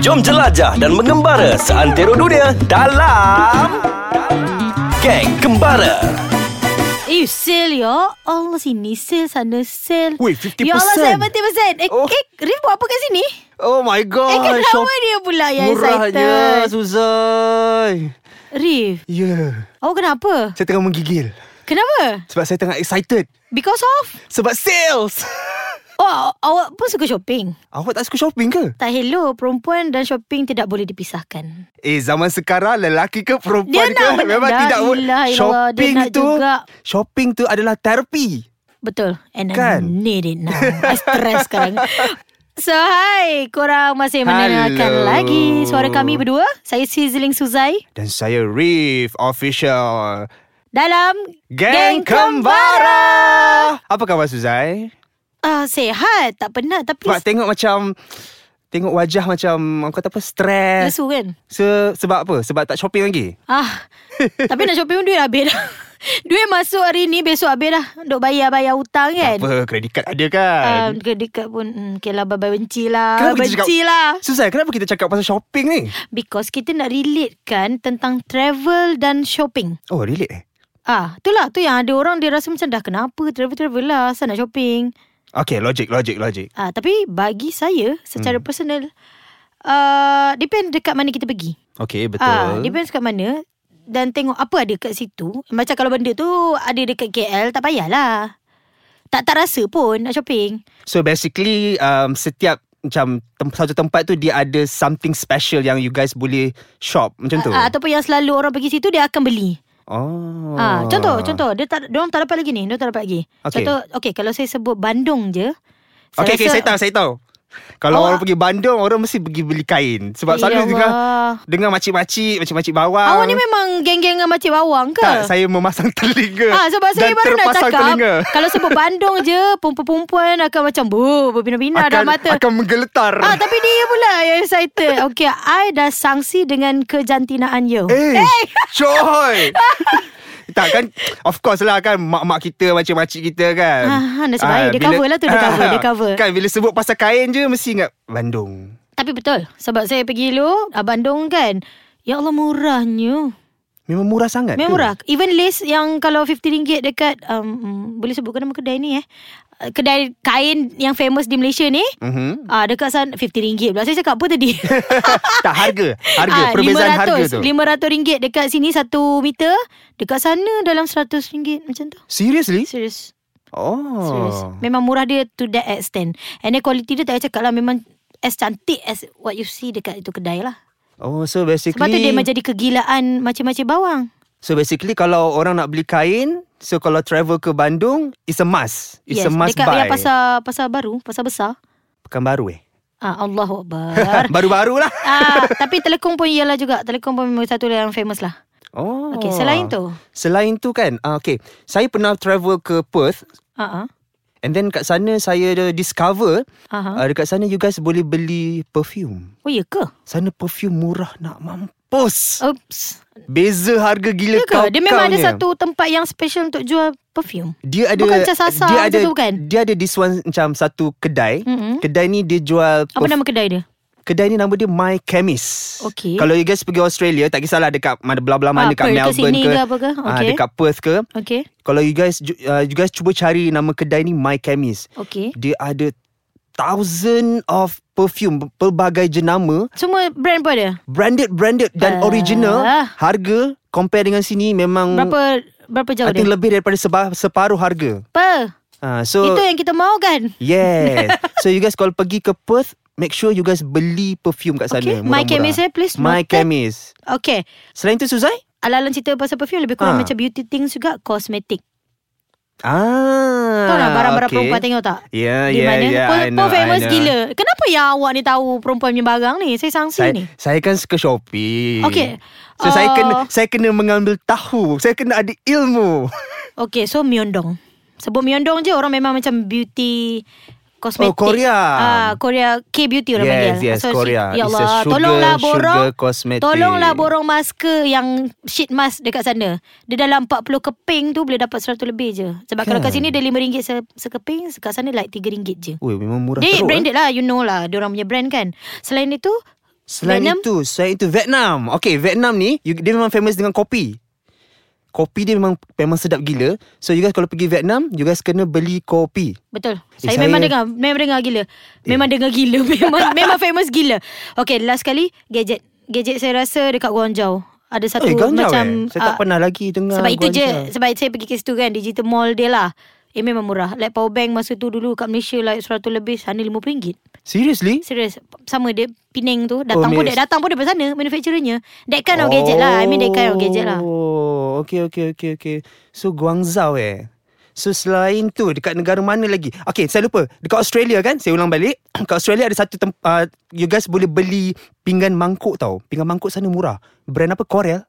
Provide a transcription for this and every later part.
Jom jelajah dan mengembara seantero dunia dalam Geng Kembara. Eh, sale ya. Allah sini sale sana sale. Weh, 50%. Ya Allah 70%. Eh, oh. Oh. eh Rif buat apa kat sini? Oh my eh, god. kenapa shop- dia pula yang Murah excited? je Suzai Rif, Ya yeah. awak kenapa? Saya tengah menggigil Kenapa? Sebab saya tengah excited Because of? Sebab sales Oh, awak pun suka shopping. Awak tak suka shopping ke? Tak hello, perempuan dan shopping tidak boleh dipisahkan. Eh zaman sekarang Lelaki ke Dia perempuan ke nak men- Memang La tidak boleh. ilaha illallah, Shopping dia nak tu juga. Shopping tu adalah terapi Betul. And Kan? I need it now. I stress sekarang. So, hai. Korang masih mendengarkan Hello. lagi suara kami berdua. Saya Sizzling Suzai. Dan saya Reef Official Dalam Geng Kembara Apa khabar Suzai? Ah, sehat. Tak penat. Tapi Sebab tengok macam Tengok wajah macam Orang kata apa Stress lesu kan? Se- Sebab apa? Sebab tak shopping lagi? Ah, tapi nak shopping pun duit habis dah. Duit masuk hari ni, besok habis dah. Duk bayar-bayar hutang kan? Apa kredit card ada kan Um, dekat pun hmm, Okay lah bye-bye benci lah Kenapa kita Benci cakap- lah Susah kenapa kita cakap pasal shopping ni Because kita nak relate kan Tentang travel dan shopping Oh relate eh Ah, itulah tu yang ada orang dia rasa macam dah kenapa travel-travel lah, saya nak shopping. Okay logic logic logic Ah, tapi bagi saya secara hmm. personal uh, depend dekat mana kita pergi. Okay betul Ah, depend dekat mana dan tengok apa ada kat situ. Macam kalau benda tu ada dekat KL tak payahlah. Tak tak rasa pun nak shopping. So basically um, Setiap macam tem- satu tempat tu Dia ada something special Yang you guys boleh shop Macam tu Ah, ataupun yang selalu orang pergi situ dia akan beli. Oh Ah, contoh, contoh, dia tak dia orang tak dapat lagi ni, dia tak dapat lagi. Okay. Contoh, okey kalau saya sebut Bandung je. Okay okay saya tahu saya tahu Awak- Kalau orang pergi Bandung Orang mesti pergi beli kain Sebab Oh, ah. Ya selalu dengar Allah. Dengar makcik-makcik Makcik-makcik bawang Awak ni memang geng-geng dengan makcik bawang ke? Tak saya memasang telinga Ah, sebab Dan saya baru nak terpasang cakap telinga Kalau sebut Bandung je Perempuan-perempuan akan macam Buh, berbina-bina dah akan, mata akan menggeletar Ah, tapi dia pula yang excited Okay, I dah sangsi dengan kejantinaan you Eh, coy. tak kan Of course lah kan Mak-mak kita Makcik-makcik kita kan Ah, nasib baik. Dia cover lah tu, dia cover, dia cover. Kan bila sebut pasal kain je Mesti ingat Bandung Tapi betul Sebab saya pergi dulu ah, Bandung kan Ya Allah murahnya Memang murah sangat Memang ke? murah Even lace yang kalau RM50 dekat um, mm, Boleh sebutkan nama kedai ni eh Ah, Kedai kain yang famous di Malaysia ni Mhm. Ah dekat sana RM50 pula Saya cakap apa tadi tak harga Harga Ah, Perbezaan harga tu RM500 dekat sini satu meter Dekat sana dalam RM100 macam tu Seriously? Serius Oh Serius Memang murah dia to that extent And then quality dia tak payah cakap lah Memang as cantik as what you see dekat itu kedai lah Oh so basically Sebab tu dia menjadi kegilaan macam-macam bawang So basically kalau orang nak beli kain So kalau travel ke Bandung It's a must It's a must dekat buy yang pasar, pasar baru, pasar besar Pekan baru eh ah, Allahu Akbar Baru-baru lah ah, Tapi Telekom pun ialah juga Telekom pun memang satu yang famous lah Oh Okay selain tu Selain tu kan uh, Okay Saya pernah travel ke Perth uh-huh. And then kat sana Saya ada discover Uh-huh. uh, Dekat sana you guys boleh beli Perfume Oh ya ke? Sana perfume murah Nak mampus Oops Beza harga Oh. gila Ya ke? Dia memang ada kau-kaunya. satu tempat yang special untuk jual perfume. dia ada bukan macam sasa dia macam ada tu bukan? dia ada this one macam satu kedai Mm-mm. kedai ni dia jual Mm-hmm. Apa perf- nama kedai dia? kedai ni nama dia My Chemist Okay. kalau you guys pergi Australia tak kisahlah dekat mana belah-belah Ah, mana dekat Perth ke Melbourne Sydney ke, ke apa ke? ah, Okay. dekat Perth ke Okay. kalau you guys ju- uh, you guys cuba cari nama kedai ni My Chemist Okay. dia ada thousand of perfume pelbagai jenama Semua brand pun ada? branded branded dan Ah. original harga compare dengan sini memang Berapa berapa jauh Hmm. I dia? think lebih daripada seba, separuh harga Apa? uh, so Itu yang kita mau kan? yes so you guys kalau pergi ke Perth make sure you guys beli perfume kat sana Okay. My murah-murah. Chemist eh, please My noted. Chemist Okay. selain tu Suzai Alalan cerita pasal perfume lebih kurang Ah. macam beauty things juga, cosmetic. ah Tahu tak barang-barang okay. perempuan tengok tak? yeah Di yeah mana? yeah pun, I pun know, I famous know. gila. Kenapa yang awak ni tahu perempuan punya barang ni? Saya sangsi saya, ni. saya kan suka shopping. Okey. So uh, saya Uh, kena saya kena mengambil tahu. Saya kena ada ilmu. Okay, so Myeongdong. Sebut Myeongdong je orang memang macam beauty kosmetik. Oh, Korea. Ah, Korea K-beauty orang Yes, panggil. yes, Korea. Ya It's a Allah, sugar- tolonglah sugar borong. cosmetic. Tolonglah borong masker yang sheet mask dekat sana. Dia dalam 40 keping tu boleh dapat 100 lebih je. Sebab kalau kat Kan. sini dia RM5 se- sekeping, kat sana like RM3 je. Ui memang murah Dia teruk. eh. branded lah, you know lah. Dia orang punya brand kan. Selain itu, Selain Vietnam? itu Selain itu Vietnam Okay Vietnam ni you, Dia memang famous dengan kopi Kopi dia memang Memang sedap gila So you guys kalau pergi Vietnam You guys kena beli kopi Betul. Eh, Saya, saya- Eh. memang dengar, memang dengar gila. Memang dengar gila, memang memang famous gila. Okay, last kali gadget. Gadget saya rasa dekat Guangzhou. Ada satu Eh ganjau macam eh Saya tak ah, pernah lagi dengar Sebab itu je guancang. Sebab saya pergi ke situ kan Digital mall dia lah Eh memang murah Like power bank masa tu dulu Kat Malaysia like 100 lebih Sana RM50 Seriously? Serius Sama dia Penang tu Datang oh, pun Malaysia. dia Datang pun daripada sana Manufacturernya That kind of gadget lah I mean that kind of gadget lah Oh, okay, okay, okay, okay. So Guangzhou eh. So selain tu dekat negara mana lagi? Okay, saya lupa. Dekat Australia kan? Saya ulang balik. Dekat Australia ada satu tempat uh, you guys boleh beli pinggan mangkuk tau. Pinggan mangkuk sana murah. Brand apa? Corel.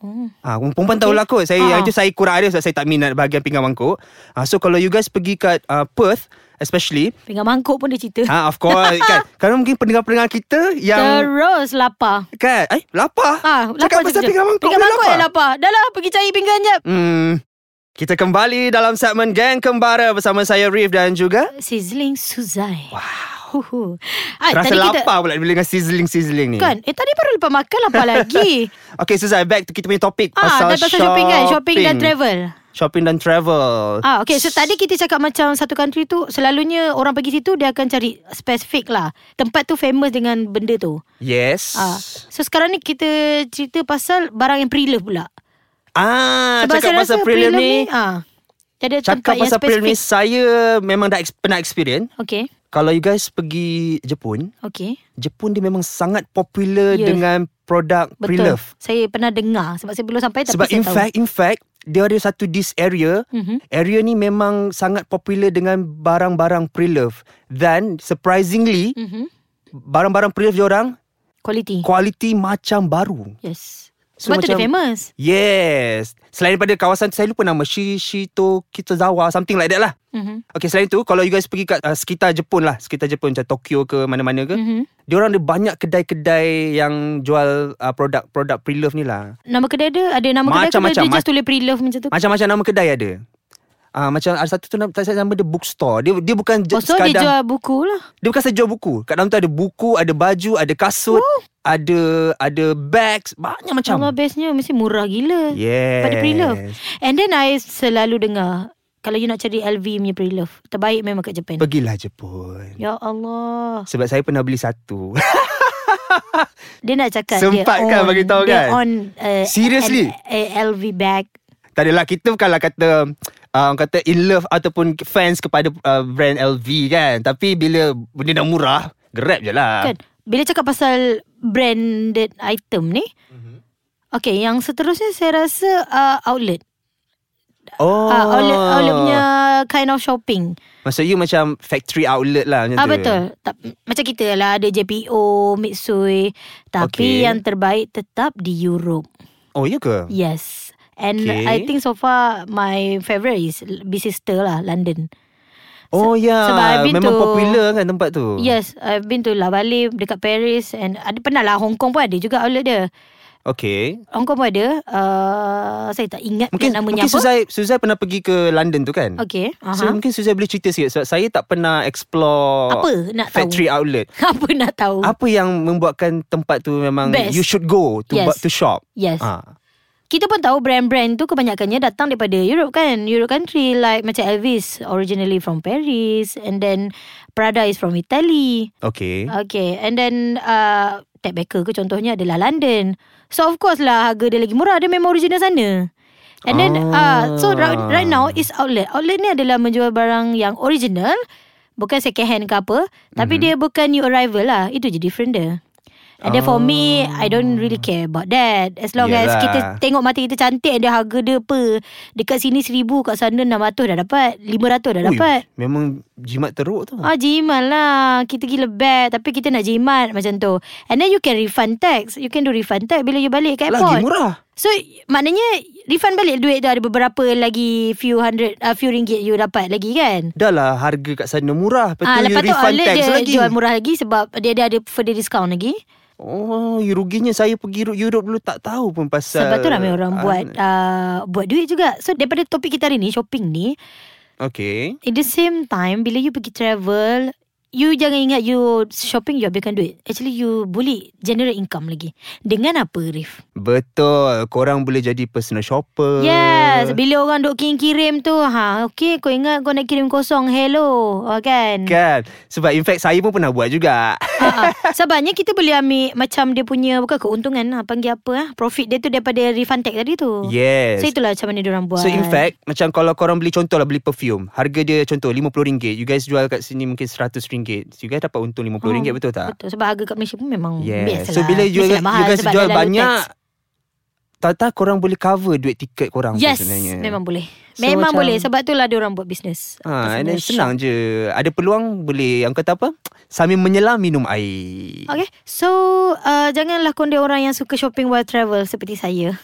Hmm. Ah, ha, Okay. perempuan okay. tahulah kot. Saya Ah. yang itu saya kurang ada sebab saya tak minat bahagian pinggan mangkuk. Ah, so kalau you guys pergi kat uh, Perth especially, Pinggan mangkuk pun dia cerita ah of course kan. Kerana mungkin pendengar-pendengar kita yang Terus lapar kan, eh lapar. Ah, Cakap pasal pinggan mangkuk. Pinggan boleh mangkuk yang lapar Dah lah pergi cari pinggan jap Hmm. Kita kembali dalam segmen Gang Kembara bersama saya Rif dan juga Sizzling Suzai Wow ah, Rasa Tadi kita lapar pula bila dengan sizzling-sizzling ni. Kan Eh tadi baru lepas makan Lapar lagi Okay Suzai, back to kita punya topik Ah, pasal, dah pasal shopping kan Shopping dan travel Shopping dan travel. Ah, okay. So tadi kita cakap macam satu country tu selalunya orang pergi situ dia akan cari spesifik lah. Tempat tu famous dengan benda tu. Yes. Ah. So sekarang ni kita cerita pasal barang yang pre-love pula. Ah, saya cakap pasal rasa prelim pre-love ni. ah, dia ada tempat Cakap yang pasal prelim ni spesifik. saya memang dah ex- pernah experience. Okay. Kalau you guys pergi Jepun, Okay. Jepun dia memang sangat popular Yeah. dengan produk Betul. pre-love. Saya pernah dengar sebab saya belum sampai tapi Sebab saya in tahu. fact, in fact, dia ada satu this area Mhm. Area ni memang sangat popular dengan barang-barang pre-love dan surprisingly Mhm. barang-barang pre-love diorang Quality. kualiti macam baru. yes. So, Sebab tu dia macam- famous. Yes. Selain daripada kawasan tu saya lupa nama Shishito Kitazawa something like that lah. Mhm. Okay selain tu kalau you guys pergi kat uh, sekitar Jepun lah, sekitar Jepun macam Tokyo ke mana-mana ke, Mhm. diorang ada banyak kedai-kedai yang jual uh, produk-produk pre-love ni lah. Nama kedai dia ada nama kedai Macam-macam. tu dia just tulis pre-love macam tu. Macam-macam nama kedai ada. Ah uh, macam ada satu tu nama, tak saya nama dia bookstore. Dia dia bukan je- Oh, so dia jual buku lah. Dia bukan saja jual buku. Kat dalam tu ada buku, ada baju, ada kasut, Oh. Ooh. ada ada bags, banyak macam. Allah bestnya mesti murah gila. Yes. Pada pre-love. And then I selalu dengar kalau you nak cari LV punya pre-love, terbaik memang kat Japan. Pergilah Jepun. Ya Allah. Sebab saya pernah beli satu. Dia nak cakap Sempat dia kan on, bagi tahu dia kan? on uh, Seriously? an- a- LV bag. tak adalah kita bukanlah kata uh, orang kata in love ataupun fans kepada uh, brand LV kan. Tapi bila benda dah murah, grab je lah. Kan? Bila cakap pasal branded item ni, Mhm. Okay, yang seterusnya saya rasa uh, outlet. Oh. Uh, outlet outlet punya kind of shopping. Maksud you macam factory outlet lah macam Ah tu. betul. Tak, macam kita lah ada JPO, Mitsui, tapi Okay. yang terbaik tetap di Europe. Oh, ya ke? Yes. And Okay. I think so far my favourite is Bicester lah London. Oh, ya. sebab I've been to- Memang Ya. popular kan tempat tu. Yes, I've been to La Vallée dekat Paris and ada pernah lah Hong Kong pun ada juga outlet dia. Okay. Hong Kong pun ada. Uh, saya tak ingat pula Mungkin namanya mungkin apa. Suzai Suzai pernah pergi ke London tu kan? Okay. Uh-huh. So mungkin Suzai boleh cerita sikit sebab saya tak pernah explore apa nak factory tahu? outlet. Apa nak tahu? Apa yang membuatkan tempat tu memang Best. you should go to Yes. bu- to shop. Yes. Ah. Kita pun tahu brand-brand tu kebanyakannya datang daripada Europe kan. Europe country like macam Elvis originally from Paris and then Prada is from Italy. Okay. Okay And then uh, Ted Baker ke contohnya adalah London So of course lah Harga dia lagi murah Dia memang original sana And then Ah. uh, So right, right now is outlet Outlet ni adalah menjual barang yang original Bukan second hand ke apa Tapi Mhm. dia bukan new arrival lah Itu je different dia And then for me I don't Ah. really care about that As long as Yelah. kita Tengok mata kita cantik And dia harga dia apa Dekat sini seribu Kat sana enam ratus dah dapat Lima ratus dah Ui, dapat Memang jimat teruk tu. Ah jimat lah Kita gila bad Tapi kita nak jimat macam tu And then you can refund tax You can do refund tax Bila you balik kat Lagi airport murah. So maknanya Refund balik duit tu Ada beberapa lagi Few hundred uh, Few ringgit you dapat lagi kan Dah lah harga kat sana murah. Lepas tu Ah, you lepas tu refund outlet tax dia lagi. jual murah lagi sebab dia dia ada further discount lagi. Oh, you ruginya saya pergi Europe- Europe dulu tak tahu pun pasal. Sebab tu ramai orang Ah, buat uh, buat duit juga. So daripada topik kita hari ni shopping ni, Okay. At the same time Bila you pergi travel You jangan ingat you shopping you habiskan duit. Actually you boleh generate income lagi. Dengan apa Rif? Betul Korang boleh jadi personal shopper Yes, bila orang duk kirim-kirim tu, ha, okey kau ingat kau nak kirim kosong. Hello, ha, kan? Kan Sebab in fact Saya pun pernah buat juga Ha, ha. Sebabnya kita boleh ambil macam dia punya bukan keuntungan lah panggil apa ah profit dia tu daripada refund tag tadi tu. Yes So itulah macam mana dia orang buat. So in fact Macam kalau korang beli Contoh lah beli perfume Harga dia contoh RM50 You guys jual kat sini Mungkin RM100 You guys dapat untung RM50 oh, betul tak? Ha. Betul sebab harga kat Malaysia pun memang Yeah. Hmm. biasalah. So bila you, Biasalah you lah. mahal guys sebab jual dah lalu banyak tax. Tata korang boleh cover duit tiket korang pun Yes, sebenarnya memang boleh. So, memang macam- boleh sebab itulah dia orang buat bisnes. Ha, and then Business senang je Ada peluang boleh Yang kata apa Sambil menyelam minum air Okay, so uh, janganlah konde orang yang suka shopping while travel seperti saya.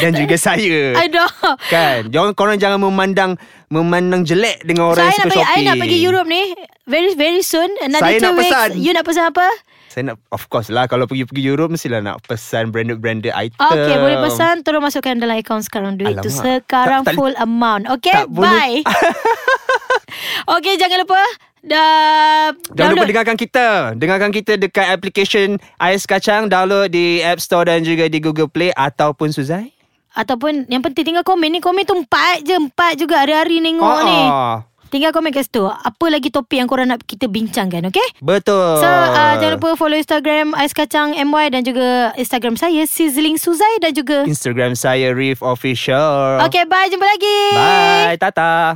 Dan juga saya Aduh. Kan Jangan korang jangan memandang Memandang jelek Dengan So, I orang nak yang suka pergi, I shopping nak pergi Europe ni very very soon. Another Saya two nak weeks. pesan. You nak pesan apa? Saya nak Of course lah Kalau pergi-pergi Europe Mestilah nak pesan Branded-branded item Okay, boleh pesan. Terus masukkan dalam akaun sekarang duit tu Alamak. sekarang Tak- tak- full amount. Okay, tak bye. boleh. okay, jangan lupa dah Jangan lupa download. dengarkan kita Dengarkan kita dekat application AIS Kacang Download di App Store dan juga di Google Play Ataupun Suzai Ataupun yang penting tinggal komen ni Komen tu empat je Empat juga hari-hari tengok Ah, ni ah. Tinggal komen kat situ Apa lagi topik yang korang nak kita bincangkan Okay Betul So Ah. uh, jangan lupa follow Instagram Ais Kacang MY Dan juga Instagram saya Sizzling Suzai Dan juga Instagram saya Reef Official Okay bye jumpa lagi Bye Tata